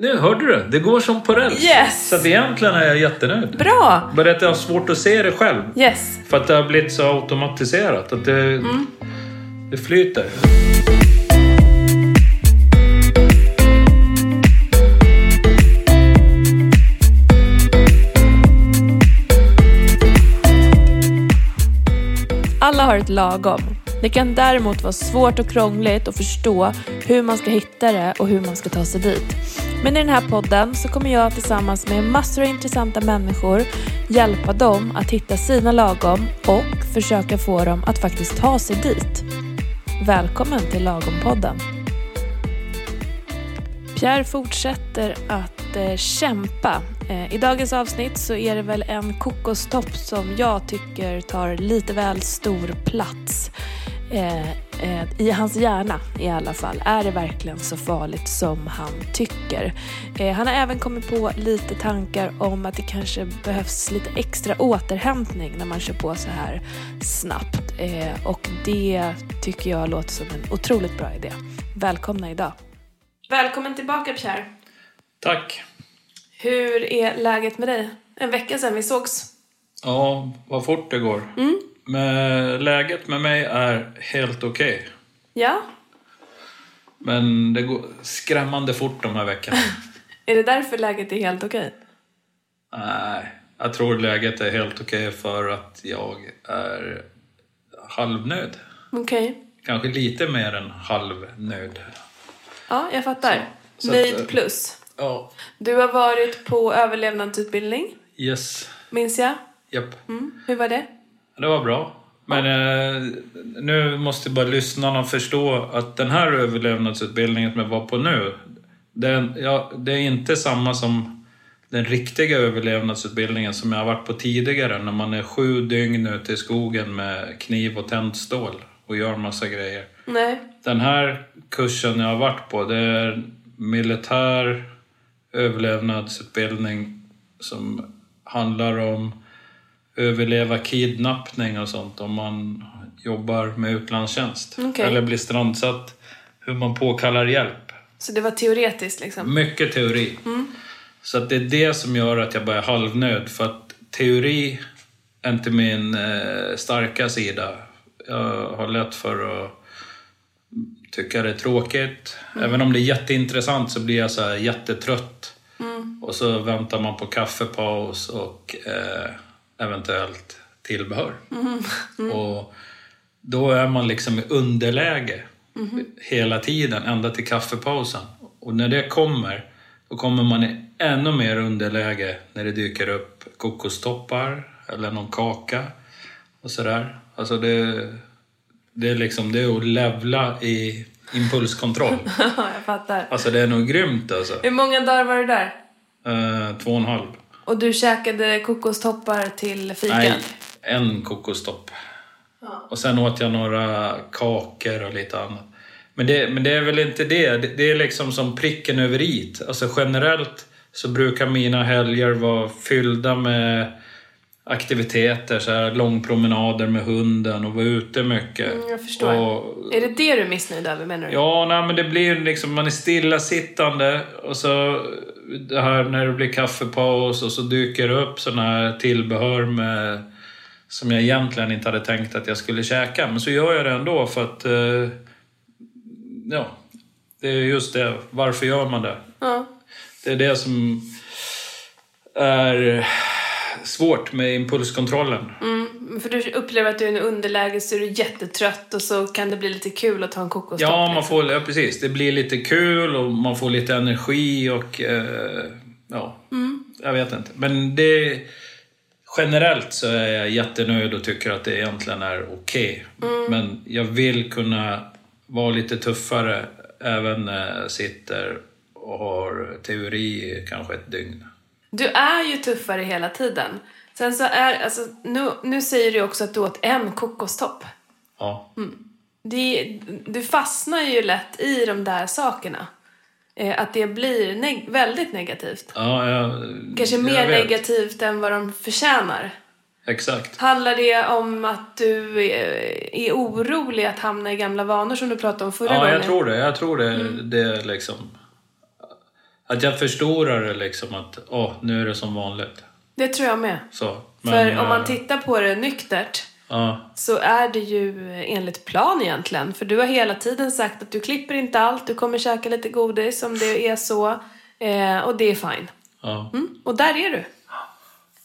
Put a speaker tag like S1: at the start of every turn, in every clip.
S1: Nu hörde du! Det går som på räls.
S2: Yes!
S1: Så att egentligen är jag jättenöjd.
S2: Bra!
S1: Bara att jag har svårt att se det själv.
S2: Yes.
S1: För att det har blivit så automatiserat. Att det,
S2: Mm.
S1: det flyter.
S2: Alla har ett lagom. Det kan däremot vara svårt och krångligt att förstå hur man ska hitta det och hur man ska ta sig dit. Men i den här podden så kommer jag tillsammans med massor av intressanta människor hjälpa dem att hitta sina lagom och försöka få dem att faktiskt ta sig dit. Välkommen till Lagom-podden. Pierre fortsätter att eh, kämpa. Eh, I dagens avsnitt så är det väl en kokostopp som jag tycker tar lite väl stor plats. Eh, eh, I hans hjärna i alla fall. Är det verkligen så farligt som han tycker? Eh, han har även kommit på lite tankar om att det kanske behövs lite extra återhämtning när man kör på så här snabbt. Eh, och det tycker jag låter som en otroligt bra idé. Välkomna idag! Välkommen tillbaka Pierre.
S1: Tack.
S2: Hur är läget med dig? En vecka sedan vi sågs.
S1: Ja, vad fort det går.
S2: Mm.
S1: Men läget med mig är helt okej.
S2: Ja,
S1: Men det går skrämmande fort de här veckorna.
S2: är det därför läget är helt okej?
S1: Nej, jag tror läget är helt okej för att jag är halvnöd.
S2: Okej.
S1: Kanske lite mer än halvnöd.
S2: Ja, jag fattar.
S1: Så- så att,
S2: Nöjd
S1: eh,
S2: plus.
S1: Ja.
S2: Du har varit på överlevnadsutbildning,
S1: Yes.
S2: minns jag.
S1: Japp.
S2: Mm. Hur var det?
S1: Det var bra. Men eh, nu måste bara lyssnarna förstå att den här överlevnadsutbildningen som jag var på nu, den, ja, det är inte samma som den riktiga överlevnadsutbildningen som jag har varit på tidigare när man är sju dygn ute i skogen med kniv och tändstål och gör massa grejer.
S2: Nej.
S1: Den här kursen jag har varit på, det är militär överlevnadsutbildning som handlar om överleva kidnappning och sånt om man jobbar med utlandstjänst.
S2: Okej.
S1: Eller blir strandsatt, hur man påkallar hjälp.
S2: Så det var teoretiskt liksom?
S1: Mycket teori. Så att det är det som gör att jag bara är halvnöd. För att teori är inte min eh, starka sida. Jag har lätt för att tycka det är tråkigt. Även om det är jätteintressant så blir jag så här jättetrött. Och så väntar man på kaffepaus och eh, eventuellt tillbehör. Och då är man liksom i underläge hela tiden, ända till kaffepausen. Och när det kommer, då kommer man i ännu mer underläge när det dyker upp kokostoppar eller någon kaka och sådär. Alltså det, det är liksom, det är att levla i impulskontroll.
S2: Ja, jag fattar.
S1: Alltså det är nog grymt alltså.
S2: Hur många dagar var du där?
S1: Eh, två och en halv.
S2: Och du käkade kokostoppar till fikan?
S1: Nej, en kokostopp. Och sen åt jag några kakor och lite annat. Men det, men det är väl inte det. det. Det är liksom som pricken över i. Alltså generellt så brukar mina helger vara fyllda med aktiviteter, så här långpromenader med hunden och vara ute mycket.
S2: Mm, jag förstår.
S1: Och
S2: Är det det du är missnöjd över menar du?
S1: Ja, nej, men det blir ju liksom, man är stillasittande och så det här när det blir kaffepaus och så dyker det upp sådana här tillbehör med, som jag egentligen inte hade tänkt att jag skulle käka. Men så gör jag det ändå för att, eh, ja, det är just det. Varför gör man det?
S2: Ja.
S1: Det är det som är svårt med impulskontrollen.
S2: Mm, för du upplever att du är i en underläge så är du jättetrött och så kan det bli lite kul att ta en kokostopp.
S1: Ja, man
S2: liksom.
S1: får, ja, precis. Det blir lite kul och man får lite energi och... Eh, ja,
S2: Mm.
S1: jag vet inte. Men det... Generellt så är jag jättenöjd och tycker att det egentligen är okej.
S2: Mm.
S1: Men jag vill kunna vara lite tuffare även när jag sitter och har teori i kanske ett dygn.
S2: Du är ju tuffare hela tiden. Sen så är, alltså, nu, nu säger du också att du åt en kokostopp.
S1: Ja.
S2: Mm. Det, du fastnar ju lätt i de där sakerna. Eh, att det blir neg- väldigt negativt.
S1: ja jag,
S2: Kanske
S1: jag
S2: mer
S1: vet.
S2: negativt än vad de förtjänar.
S1: Exakt.
S2: Handlar det om att du eh, är orolig att hamna i gamla vanor som du pratade om förra
S1: Ja,
S2: gången?
S1: jag tror det. Jag tror det, det är liksom... Att jag förstorar det liksom att åh, nu är det som vanligt.
S2: Det tror jag med.
S1: Så.
S2: För om
S1: eh,
S2: man tittar på det nyktert
S1: Ja,
S2: så är det ju enligt plan egentligen. För du har hela tiden sagt att du klipper inte allt, du kommer käka lite godis om det är så. Eh, och det är fine.
S1: ja.
S2: Mm. Och där är du.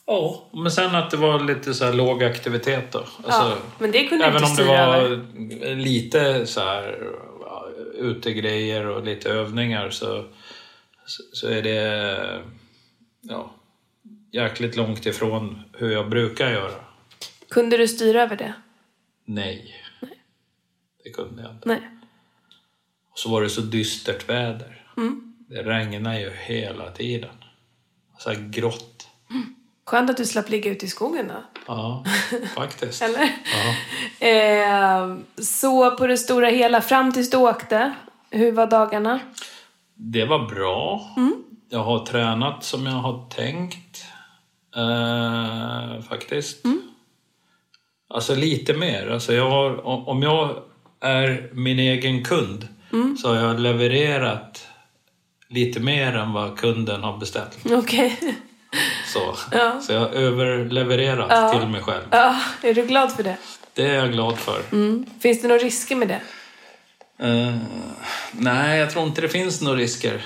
S1: Ja, men sen att det var lite så här låg aktivitet då.
S2: Ja,
S1: Alltså,
S2: men det kunde du
S1: Även
S2: inte
S1: om det
S2: styra över.
S1: var lite så här ja, utegrejer och lite övningar så, så- så är det ja, jäkligt långt ifrån hur jag brukar göra.
S2: Kunde du styra över det?
S1: Nej, det kunde jag inte.
S2: Nej.
S1: Och så var det så dystert väder.
S2: Mm.
S1: Det regnade ju hela tiden. Så här grått.
S2: Skönt att du slapp ligga ute i skogen då.
S1: Ja, faktiskt.
S2: Eller?
S1: Ja.
S2: Eh, så på det stora hela, fram tills du åkte, hur var dagarna?
S1: Det var bra.
S2: Mm.
S1: Jag har tränat som jag har tänkt. Eh, faktiskt.
S2: Mm.
S1: Alltså lite mer. Alltså jag har, om om jag är min egen kund
S2: Mm.
S1: så har jag levererat lite mer än vad kunden har beställt.
S2: Okej.
S1: Så,
S2: Ja.
S1: så jag har överlevererat till mig själv.
S2: Ja, är du glad för det?
S1: Det är jag glad för.
S2: Mm. Finns det några risker med det?
S1: Eh, nej, jag tror inte det finns några risker.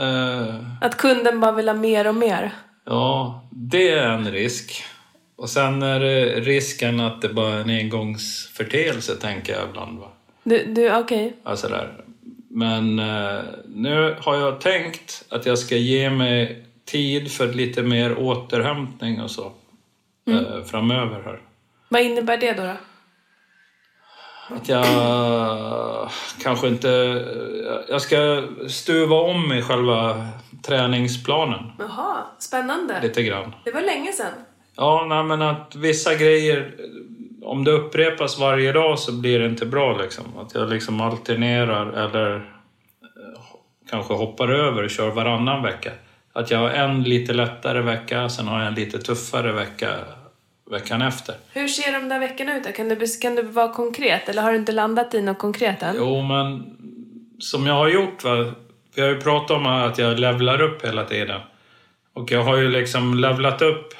S1: Eh,
S2: Att kunden bara vill ha mer och mer?
S1: Ja, det är en risk. Och sen är det risken att det bara är en engångsförteelse, tänker jag ibland. Va?
S2: Du, du okej.
S1: Alltså där. Men eh, nu har jag tänkt att jag ska ge mig tid för lite mer återhämtning och så eh, framöver här.
S2: Vad innebär det då? då?
S1: Att jag kanske inte... Jag ska stuva om i själva träningsplanen
S2: Jaha, spännande.
S1: lite grann.
S2: Det var länge sedan.
S1: Ja, nej, men att vissa grejer, om det upprepas varje dag så blir det inte bra liksom. Att jag liksom alternerar eller eh, kanske hoppar över och kör varannan vecka. Att jag har en lite lättare vecka, sen har jag en lite tuffare vecka veckan efter.
S2: Hur ser de där veckorna ut då? Kan du, bes- kan du vara konkret? Eller har du inte landat i något konkret än?
S1: Jo, men som jag har gjort va. Vi har ju pratat om att jag levlar upp hela tiden. Och jag har ju liksom levlat upp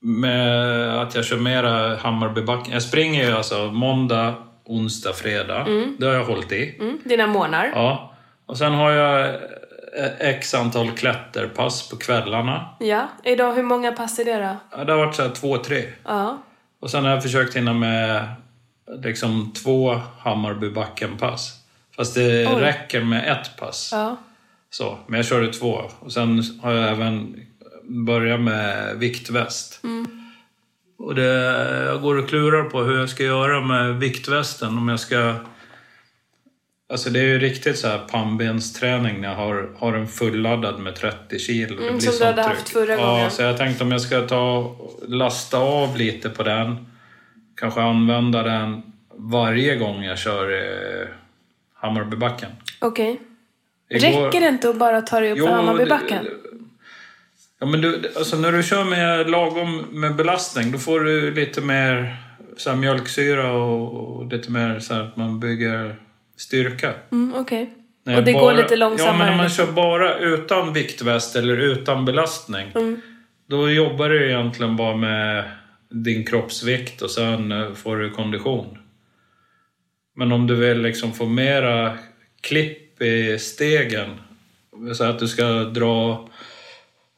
S1: med att jag kör mera Hammarbybacken. Jag springer ju alltså måndag, onsdag, fredag. Det har jag hållit i.
S2: Mm, dina månader?
S1: Ja. Och sen har jag eh, x antal klätterpass på kvällarna.
S2: Ja. Idag, hur många pass är det då?
S1: Ja, Det har varit så här två, tre.
S2: Ja.
S1: Och sen har jag försökt hinna med liksom två Hammarbybackenpass. Fast det
S2: Oj.
S1: räcker med ett pass.
S2: Ja.
S1: Så, men jag körde två. Och sen har jag även börjat med viktväst.
S2: Mm.
S1: Och det, jag går och klurar på hur jag ska göra med viktvästen. Om jag ska... Alltså det är ju riktigt så här pannbensträning när jag har, har den fulladdad med 30 kilo. det
S2: Mm,
S1: blir
S2: som du
S1: sånt
S2: hade
S1: tryck.
S2: haft förra
S1: ja,
S2: gången.
S1: Så jag tänkte om jag ska ta lasta av lite på den. Kanske använda den varje gång jag kör eh, Hammarbybacken.
S2: Okej.
S1: Igår-
S2: Räcker det inte att bara ta dig upp för Hammarbybacken?
S1: det- Ja, men du, alltså när du kör med lagom med belastning då får du lite mer så här, mjölksyra och, och lite mer så här, att man bygger styrka.
S2: Mm, Okej.
S1: När
S2: Och det
S1: bara,
S2: går lite
S1: Ja, men
S2: långsammare? liksom.
S1: när man kör bara utan viktväst eller utan belastning
S2: Mm.
S1: då jobbar du egentligen bara med din kroppsvikt och sen eh, får du kondition. Men om du vill liksom få mera klipp i stegen, så att du ska dra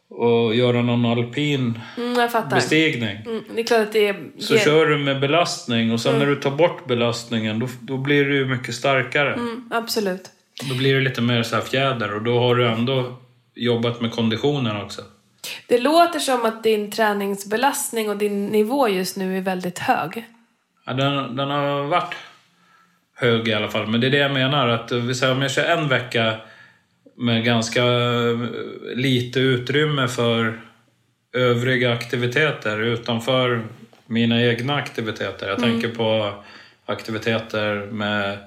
S1: och göra någon alpin
S2: mm, jag fattar.
S1: bestigning,
S2: Mm, det är klart att det är...
S1: så
S2: ger-
S1: kör du med belastning och sen
S2: Mm.
S1: när du tar bort belastningen då, då blir du ju mycket starkare.
S2: mm, absolut.
S1: Då blir det lite mer så här fjäder och då har du ändå jobbat med konditionen också.
S2: Det låter som att din träningsbelastning och din nivå just nu är väldigt hög.
S1: Ja, den, den har varit hög i alla fall. Men det är det jag menar. Att eh, vi säger om jag kör en vecka med ganska eh, lite utrymme för övriga aktiviteter utanför mina egna aktiviteter. Jag tänker på aktiviteter med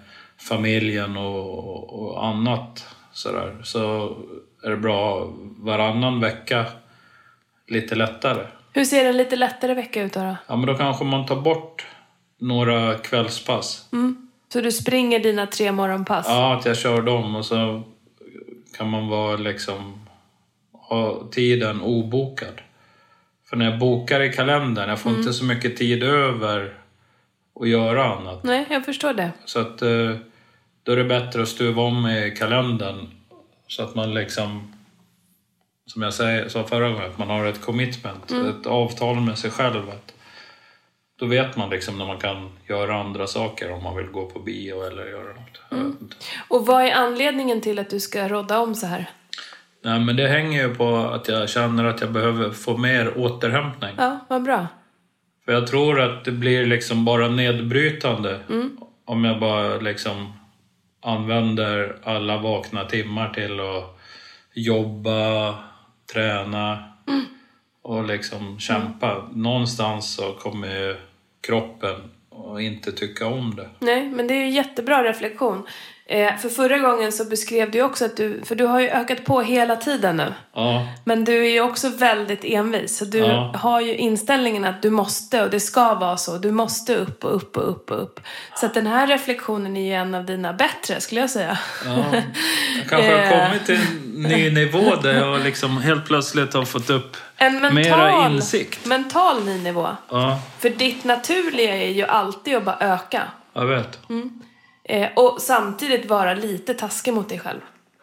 S1: familjen och, och, och annat. Sådär. Så är det bra varannan vecka lite lättare.
S2: Hur ser en lite lättare vecka ut då? då?
S1: Ja, men då kanske man tar bort några kvällspass.
S2: Mm. Så du springer dina tre morgonpass?
S1: Ja, att jag kör dem och så kan man vara liksom, ha tiden obokad. För när jag bokar i kalendern, jag får inte så mycket tid över att göra annat.
S2: Nej, jag förstår det.
S1: Så att eh, då är det bättre att stuva om i kalendern så att man liksom, som jag säger- sa förra gången, att man har ett commitment, ett avtal med sig själv. Att då vet man liksom när man kan göra andra saker om man vill gå på bio eller göra något. Jag vet inte.
S2: Och vad är anledningen till att du ska rodda om så här?
S1: Nej, men det hänger ju på att jag känner att jag behöver få mer återhämtning.
S2: Ja, vad bra.
S1: För jag tror att det blir liksom bara nedbrytande
S2: Mm.
S1: om jag bara liksom använder alla vakna timmar till att jobba, träna
S2: Mm.
S1: och liksom kämpa. Någonstans så kommer ju kroppen att inte tycka om det.
S2: Nej, men det är ju jättebra reflektion. Eh, för förra gången så beskrev du ju också att du, för du har ju ökat på hela tiden nu.
S1: Ja,
S2: Men du är ju också väldigt envis. Så du
S1: Ja.
S2: har ju inställningen att du måste och det ska vara så. Du måste upp och upp och upp och upp. Så att den här reflektionen är ju en av dina bättre skulle jag säga.
S1: ja. Jag kanske
S2: Eh.
S1: har kommit till en ny nivå där jag liksom helt plötsligt har fått upp
S2: En
S1: mera
S2: mental,
S1: insikt.
S2: mental ny nivå.
S1: Ja,
S2: För ditt naturliga är ju alltid att bara öka.
S1: jag vet.
S2: Eh, och samtidigt vara lite taskig mot dig själv.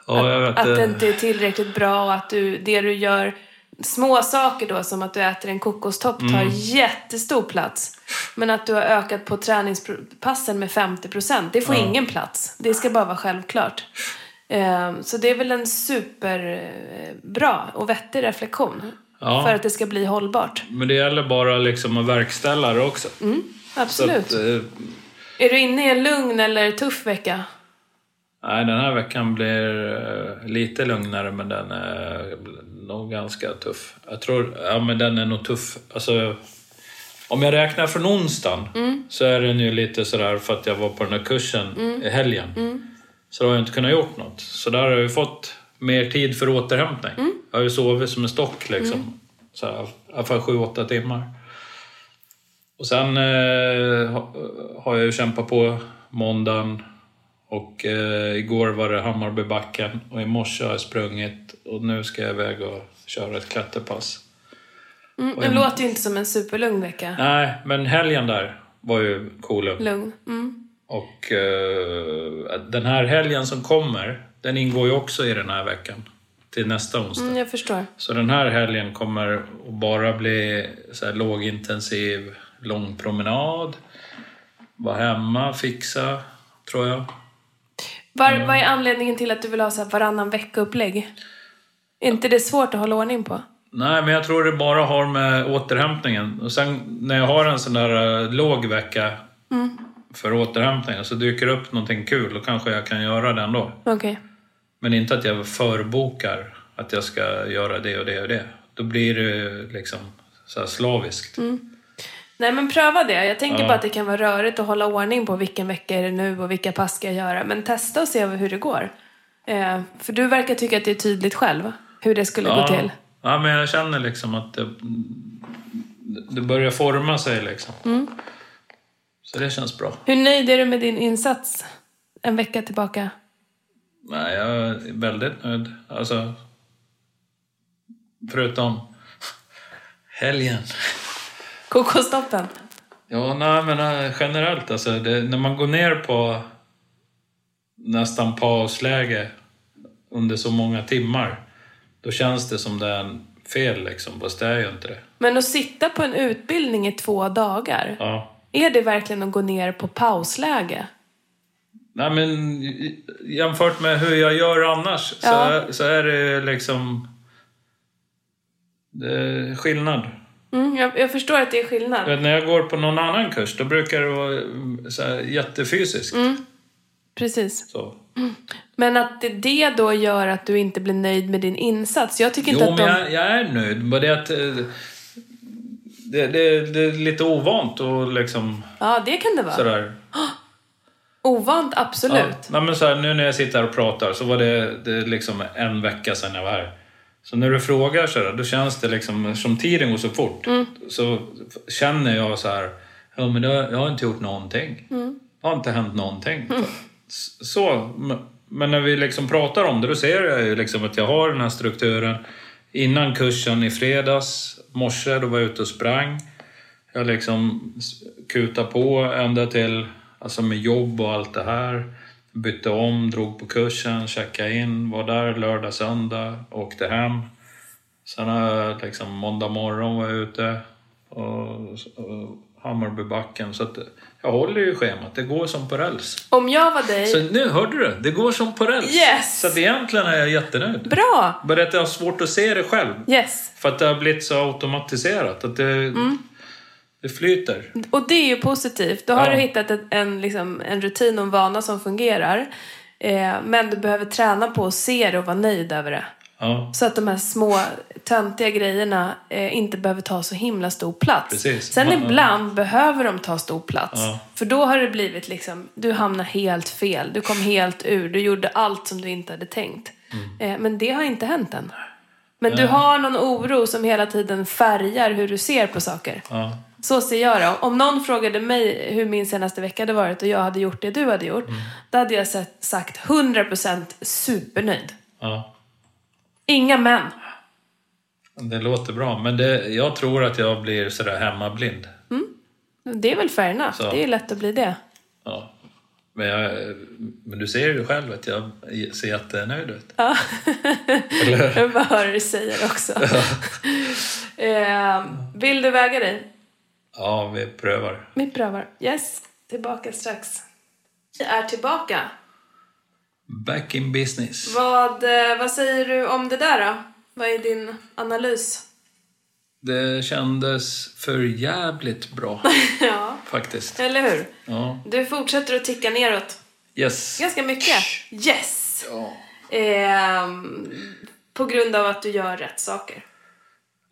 S1: Ja, jag vet.
S2: Att det
S1: eh.
S2: inte är tillräckligt bra och att du, det du gör, små saker då som att du äter en kokostopp tar
S1: Mm.
S2: jättestor plats. Men att du har ökat på träningspassen med 50%, det får ingen plats. Det ska bara vara självklart. Eh, Så det är väl en superbra och vettig reflektion.
S1: Ja.
S2: För att det ska bli hållbart.
S1: Men det gäller bara liksom att verkställa det också. Så
S2: Mm, Absolut.
S1: att, eh,
S2: Är du inne i en lugn eller tuff vecka?
S1: nej, den här veckan blir eh, lite lugnare men den är nog ganska tuff. Jag tror, ja men den är nog tuff. Alltså, om jag räknar från onsdagen
S2: Mm.
S1: så är den ju lite sådär för att jag var på den här kursen i helgen.
S2: Mm.
S1: Så då har jag inte kunnat gjort något. Så där har jag ju fått mer tid för återhämtning.
S2: Mm.
S1: Jag har ju sovit som en stock liksom. Så här, I alla fall sju, åtta timmar. Och sen eh, ha- har jag ju kämpat på måndagen och eh, igår var det Hammarbybacken och i morse har jag sprungit och nu ska jag iväg och köra ett klätterpass.
S2: Mm, det låter ju inte som en superlugn vecka.
S1: Nej, men helgen där var ju cool.
S2: Lugn. Mm.
S1: Och eh, den här helgen som kommer, den ingår ju också i den här veckan. Till nästa onsdag.
S2: Mm, jag förstår.
S1: Så den här helgen kommer att bara bli så här lågintensiv lång promenad. Vara hemma, fixa, tror jag.
S2: Var,
S1: Mm.
S2: Vad är anledningen till att du vill ha så här varannan vecka-upplägg? Är inte det svårt att hålla ordning på?
S1: Nej, men jag tror det bara har med återhämtningen. Och sen när jag har en sån där eh, låg vecka för återhämtningen så dyker det upp någonting kul. Då kanske jag kan göra den då.
S2: Okej.
S1: Men inte att jag förbokar att jag ska göra det och det och det. Då blir det liksom så här slaviskt.
S2: Nej men pröva det. Jag tänker
S1: Ja.
S2: bara att det kan vara rörigt att hålla ordning på vilken vecka är det nu och vilka pass ska jag göra. Men testa och se hur det går. Eh, för du verkar tycka att det är tydligt själv hur det skulle gå till.
S1: Ja, men jag känner liksom att det, det börjar forma sig liksom. Så det känns bra.
S2: Hur nöjd är du med din insats en vecka tillbaka?
S1: Nej, jag är väldigt nöjd. Alltså, förutom helgen.
S2: Kokostoppen?
S1: Ja, nej, men eh, generellt alltså. Det, när man går ner på nästan pausläge under så många timmar, då känns det som det är en fel liksom. Fast det är ju inte det.
S2: Men att sitta på en utbildning i två dagar,
S1: Ja.
S2: är det verkligen att gå ner på pausläge?
S1: Nej men i- jämfört med hur jag gör annars
S2: Ja.
S1: så, så är det liksom det är skillnad.
S2: Mm, jag, jag förstår att det är skillnad.
S1: Du vet, När jag går på någon annan kurs då brukar det vara mm, så här, jättefysiskt.
S2: Mm. Precis.
S1: Så.
S2: Men att det, det då gör att du inte blir nöjd med din insats. Jag tycker inte
S1: Jo
S2: att de...
S1: men jag, jag är nöjd. Bara det att eh, det, det, det är lite ovant och liksom
S2: Ja, det kan det vara.
S1: sådär.
S2: Ovant, absolut.
S1: Ja. Nej, men så här, nu när jag sitter här och pratar så var det, det är liksom en vecka sedan jag var här. Så när du frågar så här, då känns det liksom, som tiden går så fort, så känner jag så här, ja men det har- jag har inte gjort någonting. Det har inte hänt någonting. Så, m- Men när vi liksom pratar om det, då ser jag ju liksom att jag har den här strukturen. Innan kursen i fredags morse, då var jag ute och sprang. Jag liksom kutade på ända till, alltså med jobb och allt det här. Bytte om, drog på kursen, checkade in, var där lördag, söndag, åkte hem. Sen har jag liksom måndag morgon var jag ute och, och Hammarbybacken. Så att jag håller ju schemat, det går som på räls.
S2: Om jag var dig...
S1: Så nu hörde du, det går som på räls.
S2: Yes!
S1: Så att egentligen är jag jättenöjd.
S2: Bra!
S1: Bara att jag har svårt att se det själv.
S2: Yes.
S1: För att det har blivit så automatiserat. Att det,
S2: Mm.
S1: det flyter.
S2: Och det är ju positivt. Då har
S1: Ja.
S2: du hittat ett, en, liksom, en rutin och en vana som fungerar. Eh, men du behöver träna på att se det och vara nöjd över det.
S1: Ja,
S2: Så att de här små töntiga grejerna eh, inte behöver ta så himla stor plats.
S1: Precis.
S2: Sen
S1: Man-
S2: ibland behöver de ta stor plats.
S1: Ja.
S2: För då har det blivit liksom, du hamnar helt fel. Du kom helt ur. Du gjorde allt som du inte hade tänkt.
S1: Mm.
S2: Eh, men det har inte hänt än. Men du har någon oro som hela tiden färgar hur du ser på saker.
S1: ja,
S2: Så ser jag det. Om någon frågade mig hur min senaste vecka hade varit och jag hade gjort det du hade gjort.
S1: Mm.
S2: Då hade jag sett, sagt 100% supernöjd.
S1: ja.
S2: Inga men.
S1: Det låter bra. Men det, jag tror att jag blir sådär hemmablind.
S2: Det är väl fair enough.
S1: Så.
S2: Det är lätt att bli det.
S1: Ja. Men, jag, men du ser ju själv att jag ser jättenöjd ut.
S2: Ja.
S1: Eller?
S2: Jag bara hör hur du säger också. eh, vill du väga dig?
S1: Ja, vi prövar.
S2: Vi prövar. Yes. Tillbaka strax. Vi är tillbaka.
S1: Back in business.
S2: Vad, eh, vad säger du om det där då? Vad är din analys?
S1: Det kändes för jävligt bra
S2: ja,
S1: faktiskt.
S2: eller hur?
S1: Ja.
S2: Du fortsätter att ticka neråt.
S1: Yes.
S2: Ganska mycket. Yes!
S1: Ja.
S2: Ehm, på grund av att du gör rätt saker.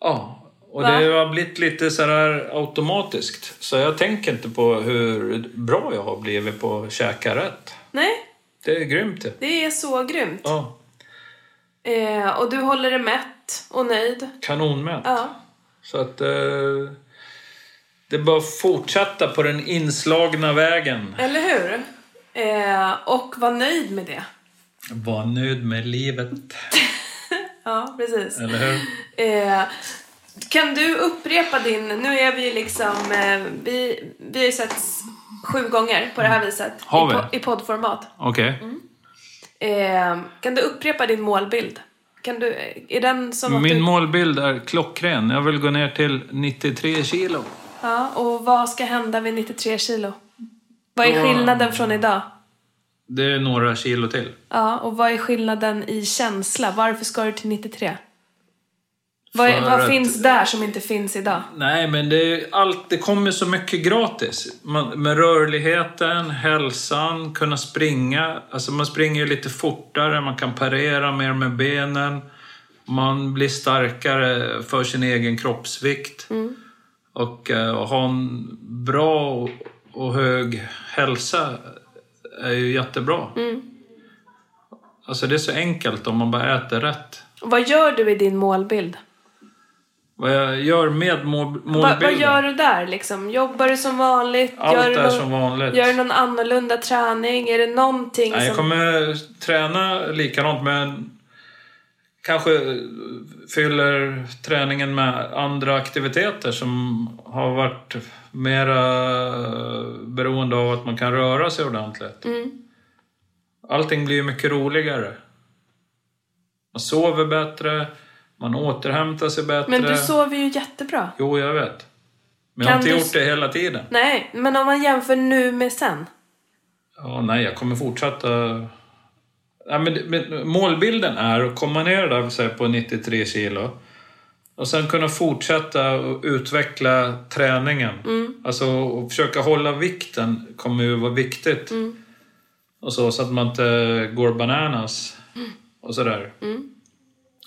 S1: Ja, och
S2: Va?
S1: det har blivit lite sådär automatiskt. Så jag tänker inte på hur bra jag har blivit på att käka rätt.
S2: Nej,
S1: Det är grymt det.
S2: det är så grymt.
S1: Ja,
S2: Eh, och du håller dig mätt och nöjd.
S1: kanonmätt.
S2: Ja.
S1: Så att... Eh, det är bara att fortsätta på den inslagna vägen.
S2: Eller hur? Eh, och var nöjd med det.
S1: Var nöjd med livet,
S2: Ja, precis.
S1: eller hur?
S2: Eh, kan du upprepa din... Nu är vi ju liksom... Eh, vi, vi har ju sett sju gånger på det här viset.
S1: Mm. Har vi?
S2: I, po- I poddformat.
S1: Okej.
S2: Mm. Eh, kan du upprepa din målbild? Kan du, är den som att
S1: Min
S2: du...
S1: målbild är klockren. Jag vill gå ner till 93 kilo.
S2: Ja, och vad ska hända vid 93 kilo? Vad är
S1: Då-
S2: skillnaden från idag?
S1: Det är några kilo till.
S2: Ja, och vad är skillnaden i känsla? Varför ska du till 93? Vad, är,
S1: För
S2: vad
S1: att-
S2: finns där som inte finns idag?
S1: Nej, men det, är ju allt, det kommer så mycket gratis. Man, med rörligheten, hälsan, kunna springa. Alltså man springer ju lite fortare, man kan parera mer med benen. Man blir starkare för sin egen kroppsvikt.
S2: Mm.
S1: Och, eh, att ha en bra och, och hög hälsa är ju jättebra.
S2: Mm.
S1: Alltså det är så enkelt om man bara äter rätt.
S2: Och Vad gör du i din målbild?
S1: Vad jag gör med mål, målbilden.
S2: Va, vad gör du där liksom? Jobbar du som vanligt?
S1: Allt
S2: gör, du
S1: är
S2: någon,
S1: som vanligt.
S2: gör du någon annorlunda träning? Är det någonting
S1: Nej, jag
S2: som...
S1: kommer träna likadant men kanske fyller träningen med andra aktiviteter som har varit mera beroende av att man kan röra sig ordentligt.
S2: Mm.
S1: Allting blir ju mycket roligare. Man sover bättre, man återhämtar sig bättre.
S2: Men du sover ju jättebra.
S1: Jo, jag vet. Men jag
S2: Kan
S1: har inte
S2: du-
S1: gjort det hela tiden.
S2: Nej, men om man jämför nu med sen.
S1: Ja, nej, jag kommer fortsätta... Ja, men, men, målbilden är att komma ner där så här, på 93 kilo och sen kunna fortsätta och utveckla träningen. Alltså och försöka hålla vikten kommer ju vara viktigt. Och så, så att man inte går bananas och sådär.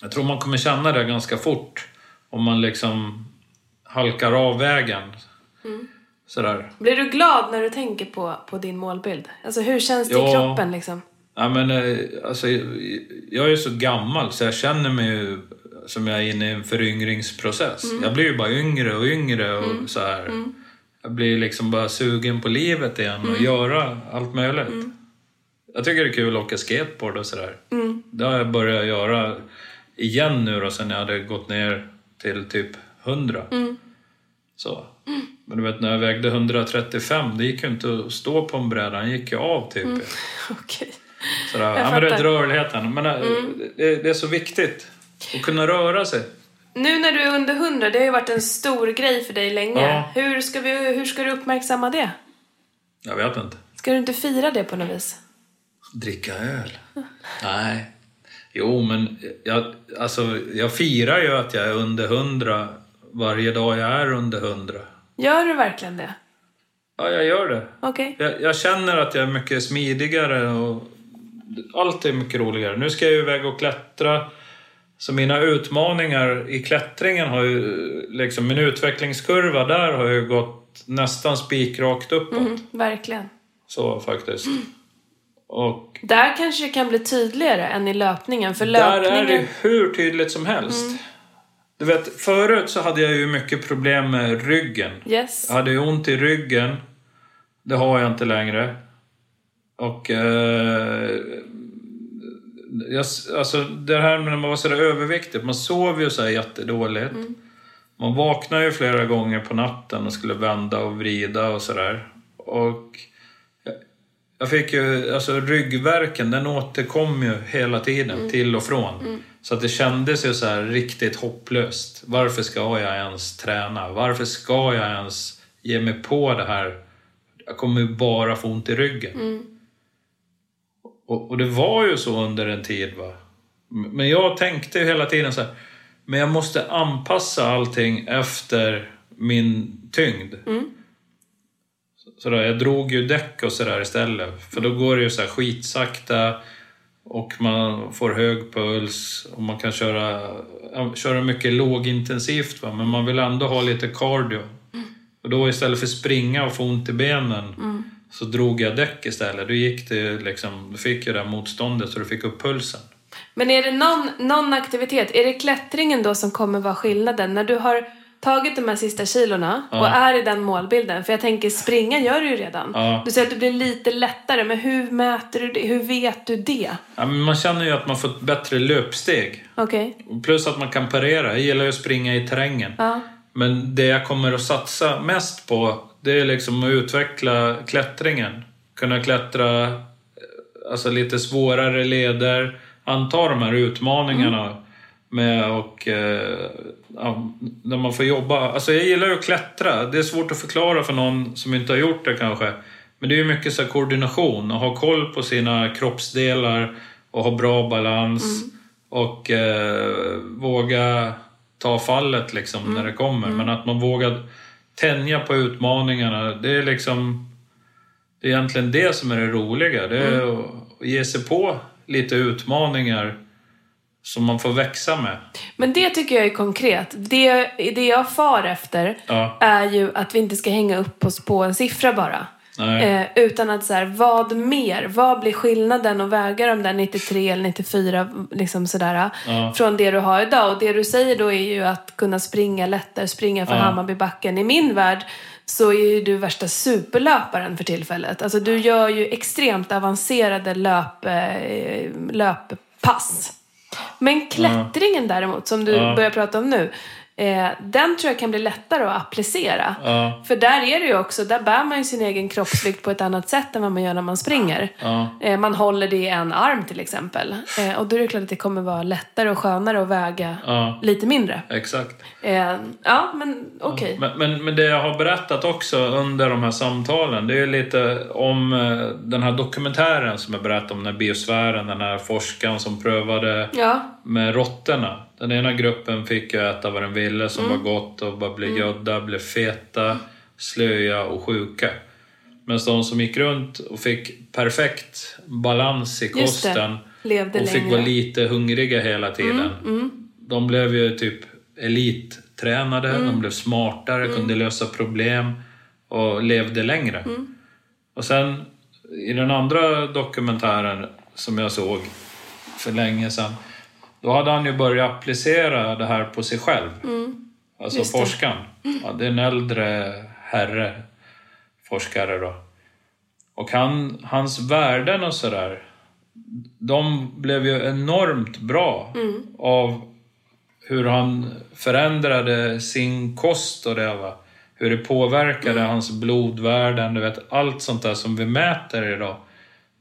S1: Jag tror man kommer känna det ganska fort om man liksom halkar av vägen. Sådär.
S2: Blir du glad när du tänker på, på din målbild? Alltså hur känns det i
S1: Ja.
S2: kroppen liksom?
S1: Ja, men, eh, alltså, jag är så gammal så jag känner mig ju som jag är inne i en föryngringsprocess. Jag blir ju bara yngre och yngre och så här. Mm. Jag blir liksom bara sugen på livet igen och göra allt möjligt. Jag tycker det är kul att åka skateboard och sådär. Mm. Det har jag börjat göra igen nu då sen jag hade gått ner till typ 100. Mm. Så. Men du vet när jag vägde 135, det gick ju inte att stå på en bräda, den gick ju av typ.
S2: Okej.
S1: Sådär.
S2: Jag
S1: Ja, men du vet
S2: fattar. Mm.
S1: rörligheten. Men, eh, det, det är så viktigt att kunna röra sig.
S2: Nu när du är under 100, det har ju varit en stor grej för dig länge.
S1: Ja.
S2: Hur, ska vi, hur ska du uppmärksamma det?
S1: Jag vet inte.
S2: Ska du inte fira det på något vis?
S1: Dricka öl? Nej. Jo, men jag, alltså, jag firar ju att jag är under hundra varje dag jag är under hundra.
S2: Gör du verkligen det?
S1: Ja, jag gör det.
S2: Okej.
S1: Jag, jag känner att jag är mycket smidigare och allt är mycket roligare. Nu ska jag ju iväg och klättra. Så mina utmaningar i klättringen har ju, liksom min utvecklingskurva där har ju gått nästan spikrakt uppåt.
S2: Mm, verkligen.
S1: Så faktiskt. Och
S2: Där kanske det kan bli tydligare än i löpningen, för
S1: Där
S2: löpningen... Mm.
S1: är det hur tydligt som helst. Du vet, förut så hade jag ju mycket problem med ryggen.
S2: Yes.
S1: Jag hade ju ont i ryggen. Det har jag inte längre. Och... Eh, jag, alltså det här med när man var sådär överviktig. Man sov ju såhär jättedåligt. Man vaknade ju flera gånger på natten och skulle vända och vrida och sådär. Och... Jag fick ju, alltså ryggvärken den återkom ju hela tiden till och från. Så att det kändes ju så här riktigt hopplöst. Varför ska jag ens träna? Varför ska jag ens ge mig på det här? Jag kommer ju bara få ont i ryggen. Och, och det var ju så under en tid va. M- Men jag tänkte ju hela tiden så här. Men jag måste anpassa allting efter min tyngd. Sådär, jag drog ju däck och sådär istället. För då går det ju så här skitsakta och man får hög puls och man kan köra, ja, köra mycket lågintensivt. Va? Men man vill ändå ha lite cardio. Och då istället för springa och få ont i benen så drog jag däck istället. Då gick det liksom, då fick jag det här motståndet så du fick upp pulsen.
S2: Men är det någon, någon aktivitet, är det klättringen då som kommer vara skillnaden? När du har tagit de här sista kilorna och är i den målbilden, för jag tänker springa gör du ju redan.
S1: Ja.
S2: Du säger att det blir lite lättare, men hur mäter du det? Hur vet du det?
S1: Ja, men man känner ju att man får ett bättre löpsteg.
S2: Okej.
S1: Och Plus att man kan parera. Jag gillar ju att springa i terrängen.
S2: Ja.
S1: Men det jag kommer att satsa mest på, det är liksom att utveckla klättringen. Kunna klättra eh, alltså lite svårare leder, anta de här utmaningarna. Med och, eh, ja, när man får jobba. Alltså jag gillar ju att klättra. Det är svårt att förklara för någon som inte har gjort det kanske. Men det är ju mycket så här koordination och ha koll på sina kroppsdelar och ha bra balans. Och eh, våga ta fallet liksom när
S2: Mm.
S1: det kommer. Men att man vågar tänja på utmaningarna. Det är liksom... Det är egentligen det som är det roliga. Det är
S2: Mm.
S1: att ge sig på lite utmaningar som man får växa med.
S2: Men det tycker jag är konkret. Det, det jag far efter
S1: Ja.
S2: är ju att vi inte ska hänga upp oss på en siffra bara.
S1: Nej.
S2: Eh, utan att så här, vad mer? Vad blir skillnaden och väga de där 93 eller 94 liksom sådär,
S1: Ja.
S2: från det du har idag? Och det du säger då är ju att kunna springa lättare, springa för
S1: Ja.
S2: Hammarbybacken. I min värld så är ju du värsta superlöparen för tillfället. Alltså du gör ju extremt avancerade löp, eh, löppass. Men klättringen däremot, som du
S1: Ja.
S2: börjar prata om nu, eh, den tror jag kan bli lättare att applicera.
S1: Ja.
S2: För där är det ju också, där bär man ju sin egen kroppsvikt på ett annat sätt än vad man gör när man springer.
S1: Ja.
S2: Eh, Man håller det i en arm till exempel. Eh, Och då är det klart att det kommer vara lättare och skönare att väga
S1: Ja.
S2: lite mindre.
S1: Exakt.
S2: Eh, Ja, men okej.
S1: Men, men, men det jag har berättat också under de här samtalen, det är lite om eh, den här dokumentären som jag berättade om, den här biosfären, den här forskaren som prövade
S2: Ja,
S1: med råttorna. Den ena gruppen fick ju äta vad den ville som var gott och bara blev gödda, blev feta, slöja och sjuka. Medan de som gick runt och fick perfekt balans i
S2: Just det.
S1: kosten
S2: Levde
S1: och fick
S2: längre. Mm,
S1: vara lite hungriga hela tiden. De blev ju typ elittränade,
S2: Mm.
S1: de blev smartare, kunde lösa problem och levde längre.
S2: Mm.
S1: Och sen i den andra dokumentären som jag såg för länge sedan, då hade han ju börjat applicera det här på sig själv.
S2: Mm.
S1: Alltså forskaren. Ja, det är en äldre herre, forskare då. Och han, hans värden och sådär, de blev ju enormt bra av hur han förändrade sin kost och det. Va? Hur det påverkade hans blodvärden, du vet allt sånt där som vi mäter idag.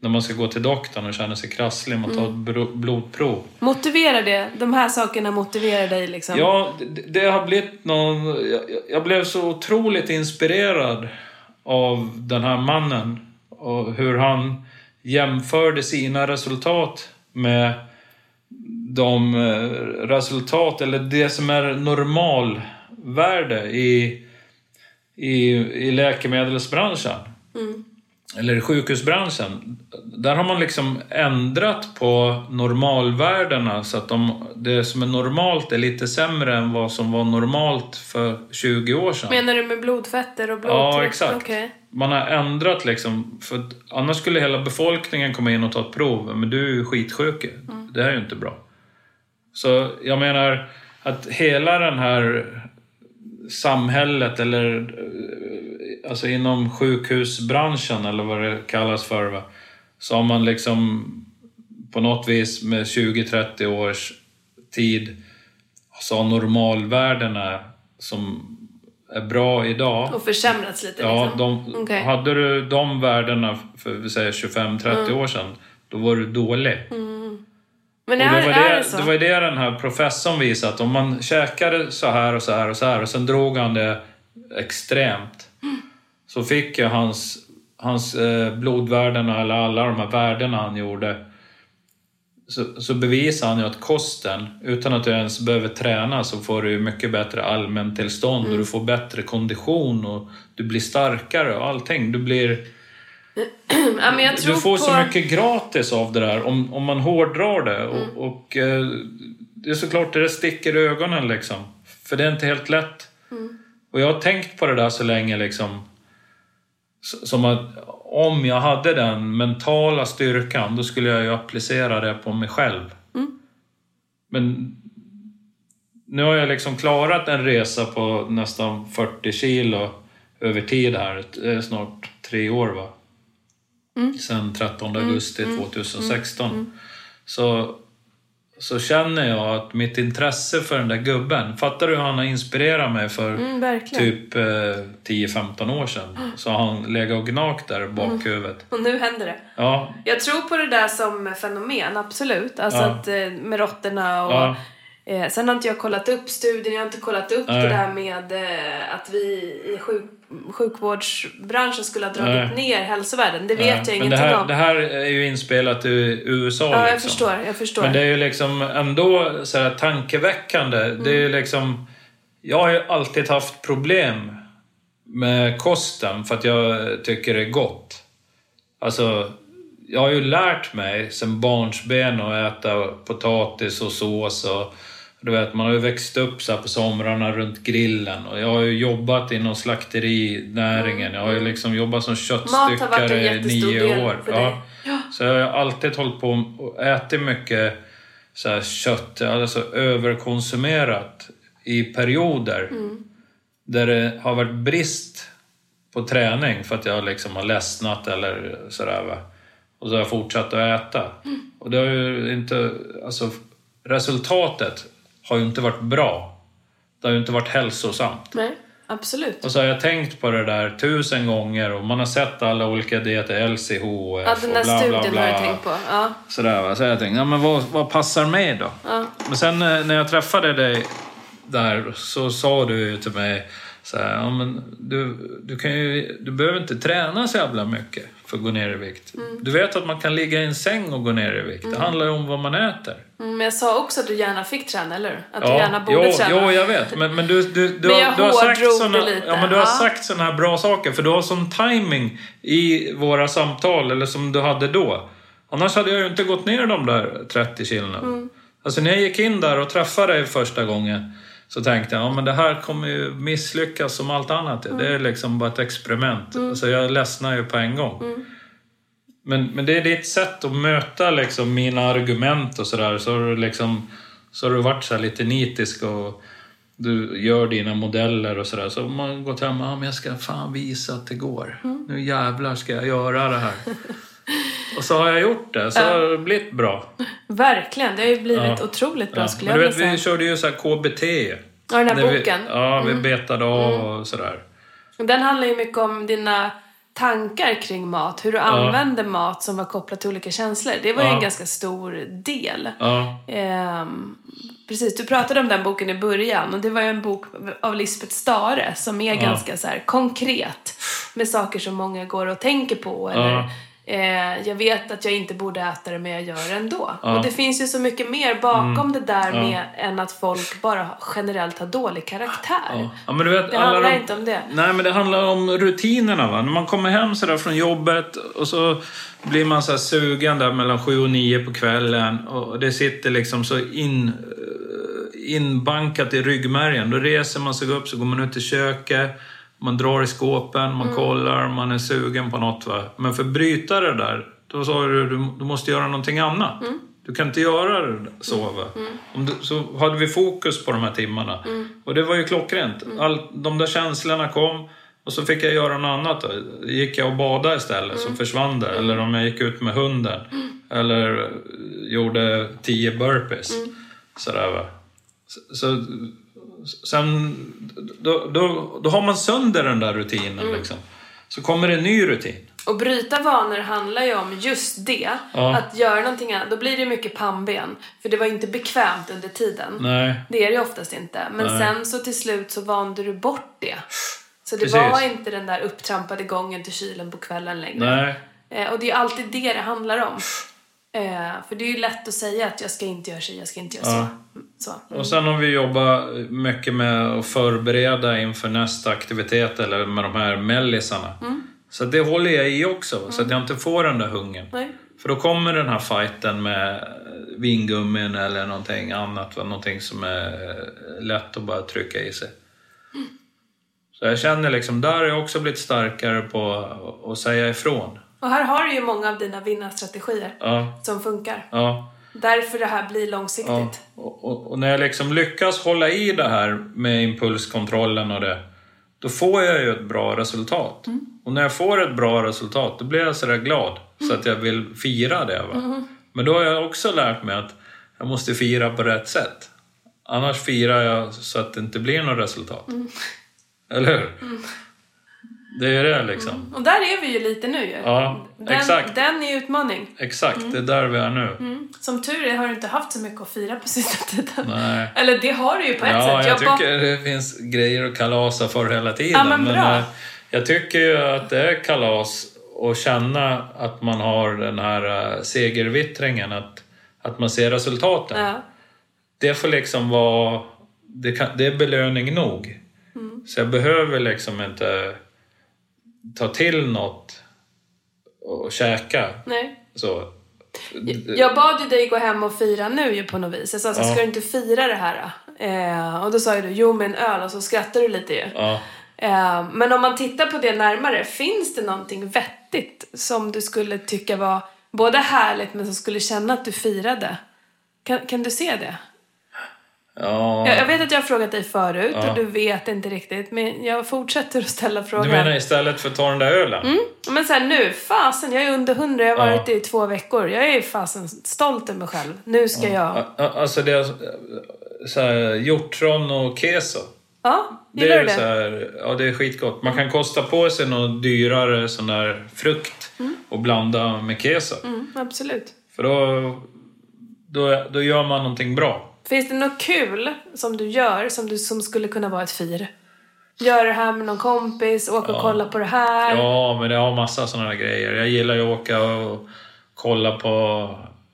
S1: När man ska gå till doktorn och känner sig krasslig, man tar ett bro- blodprov.
S2: Motiverar det? De här sakerna motiverar dig liksom?
S1: Ja, det, det har blivit någon... jag- jag- Jag blev så otroligt inspirerad av den här mannen och hur han jämförde sina resultat med de eh, resultat, eller det som är normalvärde i, i, i läkemedelsbranschen. Eller i sjukhusbranschen. Där har man liksom ändrat på normalvärdena så att de, det som är normalt är lite sämre än vad som var normalt för 20 år sedan.
S2: Menar du med blodfetter och typ. blodtryck?
S1: Ja, exakt.
S2: Okej.
S1: Man har ändrat liksom. För att annars skulle hela befolkningen komma in och ta ett prov. Men du är ju skitsjuk. Det här är ju inte bra. Så jag menar att hela den här samhället eller eh, alltså inom sjukhusbranschen eller vad det kallas för. Va? Så har man liksom på något vis med 20-30 års tid så har normalvärdena som är bra idag.
S2: Och försämrats lite
S1: Ja,
S2: liksom?
S1: de,
S2: Okej.
S1: hade du de värdena för vi säger 25-30
S2: Mm.
S1: år sedan, då var du dålig.
S2: Men
S1: Och
S2: är,
S1: det, var
S2: är
S1: det,
S2: det så?
S1: det var ju det den här professorn visade, att om man käkade så här och så här och så här och sen drog han det extremt. Så fick ju hans, hans eh, blodvärden eller alla de här värdena han gjorde så, så bevisar han ju att kosten, utan att du ens behöver träna, så får du ju mycket bättre allmäntillstånd
S2: Mm.
S1: och du får bättre kondition och du blir starkare och allting. Du blir...
S2: ja, men jag tror
S1: Du får
S2: på...
S1: så mycket gratis av det där om, om man hårdrar det. Och,
S2: Mm.
S1: och eh, det är såklart det där sticker i ögonen liksom. För det är inte helt lätt.
S2: Mm.
S1: Och jag har tänkt på det där så länge liksom. S- Som att om jag hade den mentala styrkan då skulle jag ju applicera det på mig själv.
S2: Mm.
S1: Men nu har jag liksom klarat en resa på nästan 40 kilo över tid här. Det är snart tre år va?
S2: Mm.
S1: sen 13 augusti 2016. Så, så känner jag att mitt intresse för den där gubben, fattar du hur han har inspirerat mig för
S2: Mm, verkligen.
S1: typ eh, 10-15 år sedan? Så har han legat och gnagt där i
S2: Mm.
S1: bakhuvudet.
S2: Och nu händer det.
S1: Ja,
S2: Jag tror på det där som fenomen, absolut. Alltså
S1: Ja.
S2: att eh, med råttorna och...
S1: Ja.
S2: Eh, sen har inte jag kollat upp studien, jag har inte kollat upp
S1: Nej.
S2: det där med eh, att vi i sjuk, sjukvårdsbranschen skulle ha dragit
S1: Nej.
S2: ner hälsovärden. Det vet
S1: eh,
S2: jag
S1: men
S2: ingenting
S1: det här,
S2: om.
S1: det här är ju inspelat i USA
S2: ja, jag
S1: liksom.
S2: förstår, jag förstår.
S1: Men det är ju liksom ändå så här tankeväckande. Det är ju liksom... Jag har ju alltid haft problem med kosten för att jag tycker det är gott. Alltså, jag har ju lärt mig sen barnsben att äta potatis och sås och du vet, man har ju växt upp så här på somrarna runt grillen och jag har ju jobbat inom slakterinäringen. Jag har ju liksom jobbat som
S2: Mat har varit en
S1: köttstyckare i
S2: jättestor
S1: nio
S2: del
S1: år.
S2: för dig.
S1: Ja. Så jag har alltid hållit på och ätit mycket så här kött, alltså överkonsumerat i perioder
S2: Mm.
S1: där det har varit brist på träning för att jag liksom har ledsnat eller sådär. Va? Och så har jag fortsatt att äta. Och det har ju inte, alltså resultatet har ju inte varit bra. Det har ju inte varit hälsosamt.
S2: Nej, absolut.
S1: Och så har jag tänkt på det där tusen gånger och man har sett alla olika dieter, LCHF
S2: Ja,
S1: och
S2: den
S1: bla
S2: där
S1: bla bla.
S2: studien har jag tänkt på. Ja.
S1: Sådär, va? Så jag tänkte, ja, men vad, vad passar mig då? Men sen eh, när jag träffade dig där så sa du ju till mig så här, ja, men du, du, kan ju, du behöver inte träna så jävla mycket för att gå ner i vikt. Du vet att man kan ligga i en säng och gå ner i vikt. Det handlar ju om vad man äter.
S2: Mm, Men jag sa också att du gärna fick träna, eller hur? Att du
S1: Ja,
S2: gärna borde
S1: jo,
S2: träna.
S1: Jo, jag vet. Men, men du, du, du,
S2: Men
S1: har-
S2: jag
S1: du har sagt
S2: hårdrog
S1: såna,
S2: det lite,
S1: ja, men du
S2: ja.
S1: har sagt såna här bra saker. För du har sån timing i våra samtal, eller som du hade då. Annars hade jag ju inte gått ner de där 30 kilona.
S2: Mm.
S1: Alltså när jag gick in där och träffade dig första gången så tänkte jag, ja men det här kommer ju misslyckas som allt annat.
S2: Mm.
S1: Det är liksom bara ett experiment. Alltså jag ledsnar ju på en gång.
S2: Mm.
S1: Men, men det är ditt sätt att möta liksom mina argument och sådär. Så har du liksom, så har du varit så här lite nitisk och du gör dina modeller och sådär. Så om man gått hem och ah, men jag ska fan visa att det går.
S2: Mm.
S1: Nu jävlar ska jag göra det här. och så har jag gjort det, så har det blivit bra.
S2: Verkligen, det har ju blivit
S1: Ja.
S2: otroligt bra
S1: Ja.
S2: skulle
S1: Men du
S2: jag
S1: vet,
S2: vilja
S1: vi
S2: säga.
S1: körde ju så här KBT.
S2: Ja, den här
S1: När vi-
S2: boken. Mm.
S1: Ja, vi betade av och sådär.
S2: Den handlar ju mycket om dina tankar kring mat. Hur du använder mat som var kopplat till olika känslor. Det var ju
S1: Ja.
S2: en ganska stor del.
S1: Ja,
S2: Ehm, precis, du pratade om den boken i början och det var ju en bok av Lisbeth Stare som är ganska så här konkret med saker som många går och tänker på eller
S1: Ja.
S2: eh, jag vet att jag inte borde äta det men jag gör det ändå.
S1: Ja. Mm.
S2: Och det finns ju så mycket mer bakom det där med än att folk bara generellt har dålig karaktär.
S1: ja. ja men du vet,
S2: Det
S1: alla
S2: handlar
S1: de-
S2: inte om det.
S1: Nej, men det handlar om rutinerna. Va? När man kommer hem så där från jobbet och så blir man så här sugen där mellan sju och nio på kvällen och det sitter liksom så in, eh, inbankat i ryggmärgen. Då reser man sig upp, så går man ut i köket, man drar i skåpen, man kollar, man är sugen på något. Va? Men för att bryta det där, då sa du du, du måste göra någonting annat. Du kan inte göra det så. Va? Om du, så hade vi fokus på de här timmarna. Och det var ju klockrent. All, de där känslorna kom och så fick jag göra något annat. Då. Gick jag och badade istället så försvann det. Eller om jag gick ut med hunden. Eller eh, gjorde tio burpees. Sådär va. Så, så, sen, då, då, då har man sönder den där rutinen liksom. Så kommer det en ny rutin.
S2: Och bryta vanor handlar ju om just det.
S1: Ja.
S2: Att göra någonting annat. Då blir det mycket pannben. För det var inte bekvämt under tiden.
S1: Nej.
S2: Det är det ju oftast inte. Men sen så till slut så vande du bort det. Så det
S1: Precis.
S2: var inte den där upptrampade gången till kylen på kvällen längre.
S1: Nej.
S2: Eh, och det är ju alltid det det handlar om. Eh, för det är ju lätt att säga att jag ska inte göra si, jag ska inte göra
S1: Ja.
S2: så. så.
S1: Och sen har vi jobbat mycket med att förbereda inför nästa aktivitet eller med de här mellisarna. Så det håller jag i också, så att jag inte får den där hungern.
S2: Nej.
S1: För då kommer den här fighten med vingummin eller någonting annat. va, Någonting som är lätt att bara trycka i sig. Så jag känner liksom, där har jag också blivit starkare på att säga ifrån.
S2: Och här har du ju många av dina vinnarstrategier
S1: Ja,
S2: som funkar.
S1: ja.
S2: Därför det här blir långsiktigt.
S1: Ja, och, och, och när jag liksom lyckas hålla i det här med impulskontrollen och det, då får jag ju ett bra resultat. Och när jag får ett bra resultat, då blir jag sådär glad så att jag vill fira det. Va? Men då har jag också lärt mig att jag måste fira på rätt sätt. Annars firar jag så att det inte blir något resultat. Eller hur? Det är det liksom.
S2: Och där är vi ju lite nu ju.
S1: Ja,
S2: den,
S1: exakt.
S2: den är ju utmaning.
S1: Exakt, det är där vi är nu.
S2: Mm. Som tur är har du inte haft så mycket att fira på sista tiden.
S1: Nej.
S2: Eller det har du ju på ett
S1: Ja,
S2: sätt.
S1: jag
S2: bara-
S1: tycker det finns grejer att kalasa för hela tiden.
S2: Ja, men bra.
S1: eh, jag tycker ju att det är kalas att känna att man har den här eh, segervittringen, att, att man ser resultaten.
S2: Ja.
S1: Det får liksom vara... Det, kan, det är belöning nog.
S2: Mm.
S1: Så jag behöver liksom inte ta till något och käka.
S2: Nej.
S1: Så.
S2: Jag bad ju dig gå hem och fira nu ju på något vis. Jag sa så
S1: Ja.
S2: ska du inte fira det här då? Eh, och då sa ju du, jo med en öl och så skrattade du lite ju.
S1: Ja.
S2: Eh, men om man tittar på det närmare, finns det någonting vettigt som du skulle tycka var både härligt men som skulle känna att du firade? Kan, kan du se det?
S1: Ja.
S2: Jag, jag vet att jag har frågat dig förut
S1: Ja.
S2: och du vet inte riktigt men jag fortsätter att ställa
S1: Du
S2: frågan.
S1: menar istället för att ta den där ölen?
S2: Mm. Men så här, nu, fasen jag är under hundra, jag har
S1: Ja.
S2: varit det i två veckor. Jag är fasen stolt över mig själv. Nu ska jag...
S1: Ja, Alltså det är så här, hjortron och keso.
S2: Ja,
S1: Det
S2: gillar
S1: är
S2: du
S1: så
S2: det?
S1: här, ja det är skitgott. Man kan kosta på sig någon dyrare sån där frukt och blanda med keso.
S2: Mm, absolut.
S1: För då, då, då gör man någonting bra.
S2: Finns det något kul som du gör som, du, som skulle kunna vara ett fir? Gör det här med någon kompis, åka och kolla på det här.
S1: Ja, men jag har massa såna där grejer. Jag gillar ju att åka och kolla på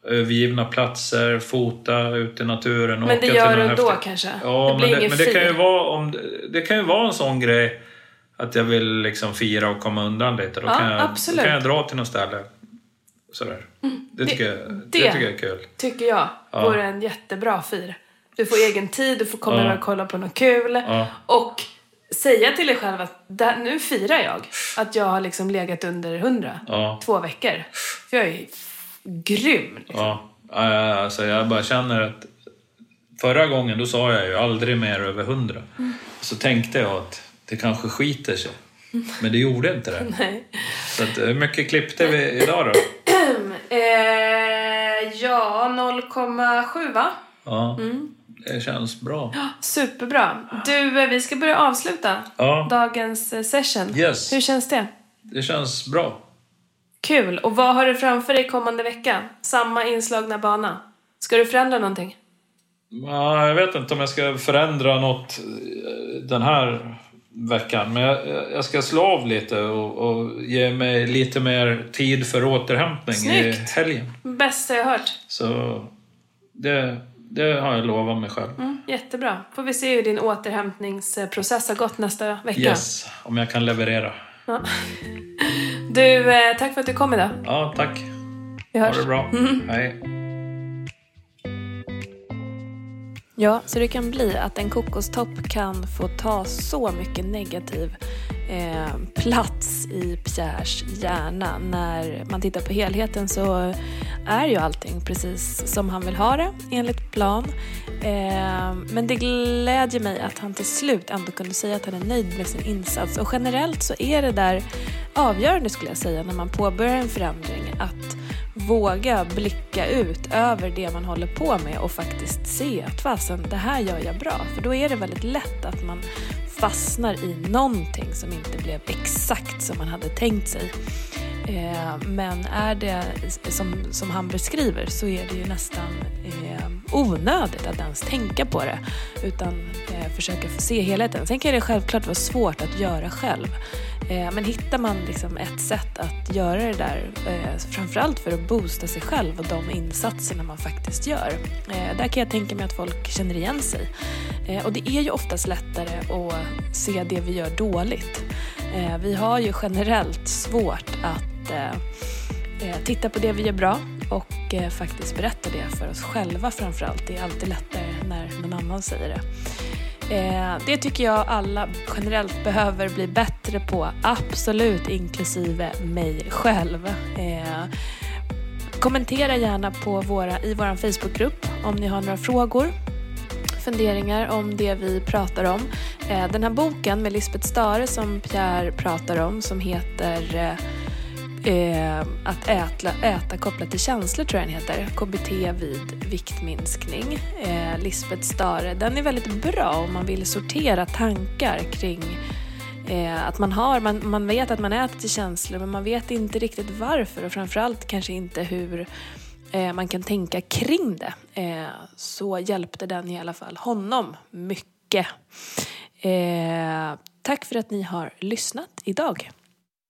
S1: övergivna platser, fota ute i naturen. och
S2: Men
S1: åka
S2: det
S1: till
S2: gör
S1: någon
S2: du ändå
S1: häftig-
S2: kanske?
S1: Ja,
S2: det blir
S1: men, det,
S2: ingen
S1: men det, kan ju
S2: fir.
S1: vara om, det kan ju vara en sån grej att jag vill liksom fira och komma undan lite. Då,
S2: Ja,
S1: kan, jag,
S2: absolut.
S1: då
S2: Mm,
S1: kan jag dra till något ställe. Sådär. Det, tycker jag, det,
S2: det-
S1: tycker jag är kul.
S2: Tycker jag
S1: Ja.
S2: vore en jättebra fir. Du får egen tid, du får komma
S1: Ja.
S2: och kolla på något kul.
S1: Ja.
S2: Och säga till dig själv att där, nu firar jag. Att jag har liksom legat under hundra.
S1: Ja.
S2: Två veckor. För jag är grym. liksom.
S1: Ja. Eh, Alltså jag bara känner att Förra gången då sa jag ju aldrig mer över 100. Så tänkte jag att det kanske skiter sig. Men det gjorde inte det.
S2: Nej.
S1: Så att, eh, hur mycket klippte vi idag då?
S2: Eh, ja, 0,7 va?
S1: Ja, det känns bra.
S2: Superbra. Du, eh, vi ska börja avsluta
S1: Ja,
S2: dagens eh, session.
S1: Yes.
S2: Hur känns det?
S1: det känns bra.
S2: Kul! Och vad har du framför dig kommande vecka? Samma inslagna bana. Ska du förändra någonting?
S1: Ja, jag vet inte om jag ska förändra något eh, den här veckan. Men jag, eh, jag- jag ska slå av lite och, och ge mig lite mer tid för återhämtning
S2: Snyggt.
S1: i helgen.
S2: Bästa jag hört.
S1: Så det, det har jag lovat mig själv.
S2: Mm, jättebra. Får vi se hur din återhämtningsprocess har gått nästa vecka.
S1: Yes, om jag kan leverera.
S2: Ja. Du, eh, tack för att du kom idag.
S1: Ja, tack.
S2: Vi
S1: Ha
S2: hörs.
S1: det bra. Hej.
S2: Ja, så det kan bli att en kokostopp kan få ta så mycket negativ eh, plats i Pierres hjärna. När man tittar på helheten så är ju allting precis som han vill ha det enligt plan. Eh, men det glädjer mig att han till slut ändå kunde säga att han är nöjd med sin insats. Och generellt så är det där avgörande skulle jag säga när man påbörjar en förändring att våga blicka ut över det man håller på med och faktiskt se att fasen, det här gör jag bra. För då är det väldigt lätt att man fastnar i någonting som inte blev exakt som man hade tänkt sig. Eh, Men är det som, som han beskriver så är det ju nästan eh, onödigt att ens tänka på det. Utan eh, försöka se helheten. Sen kan det självklart vara svårt att göra själv. Eh, men hittar man liksom ett sätt att göra det där, eh, framförallt för att boosta sig själv och de insatserna man faktiskt gör. Eh, där kan jag tänka mig att folk känner igen sig. Eh, och det är ju oftast lättare att se det vi gör dåligt. Eh, vi har ju generellt svårt att eh, eh, titta på det vi gör bra och eh, faktiskt berätta det för oss själva framförallt. Det är alltid lättare när någon annan säger det. Eh, det tycker jag alla generellt behöver bli bättre på, absolut inklusive mig själv. Eh, kommentera gärna på våra, i vår Facebookgrupp om ni har några frågor funderingar om det vi pratar om. Eh, Den här boken med Lisbeth Stare som Pierre pratar om som heter eh, Eh, att äta, äta kopplat till känslor tror jag den heter. KBT vid viktminskning. Eh, Lisbeth Stare. Den är väldigt bra om man vill sortera tankar kring eh, att man har, man, man vet att man äter till känslor men man vet inte riktigt varför och framförallt kanske inte hur eh, man kan tänka kring det. Eh, så hjälpte den i alla fall honom mycket. Eh, tack för att ni har lyssnat idag.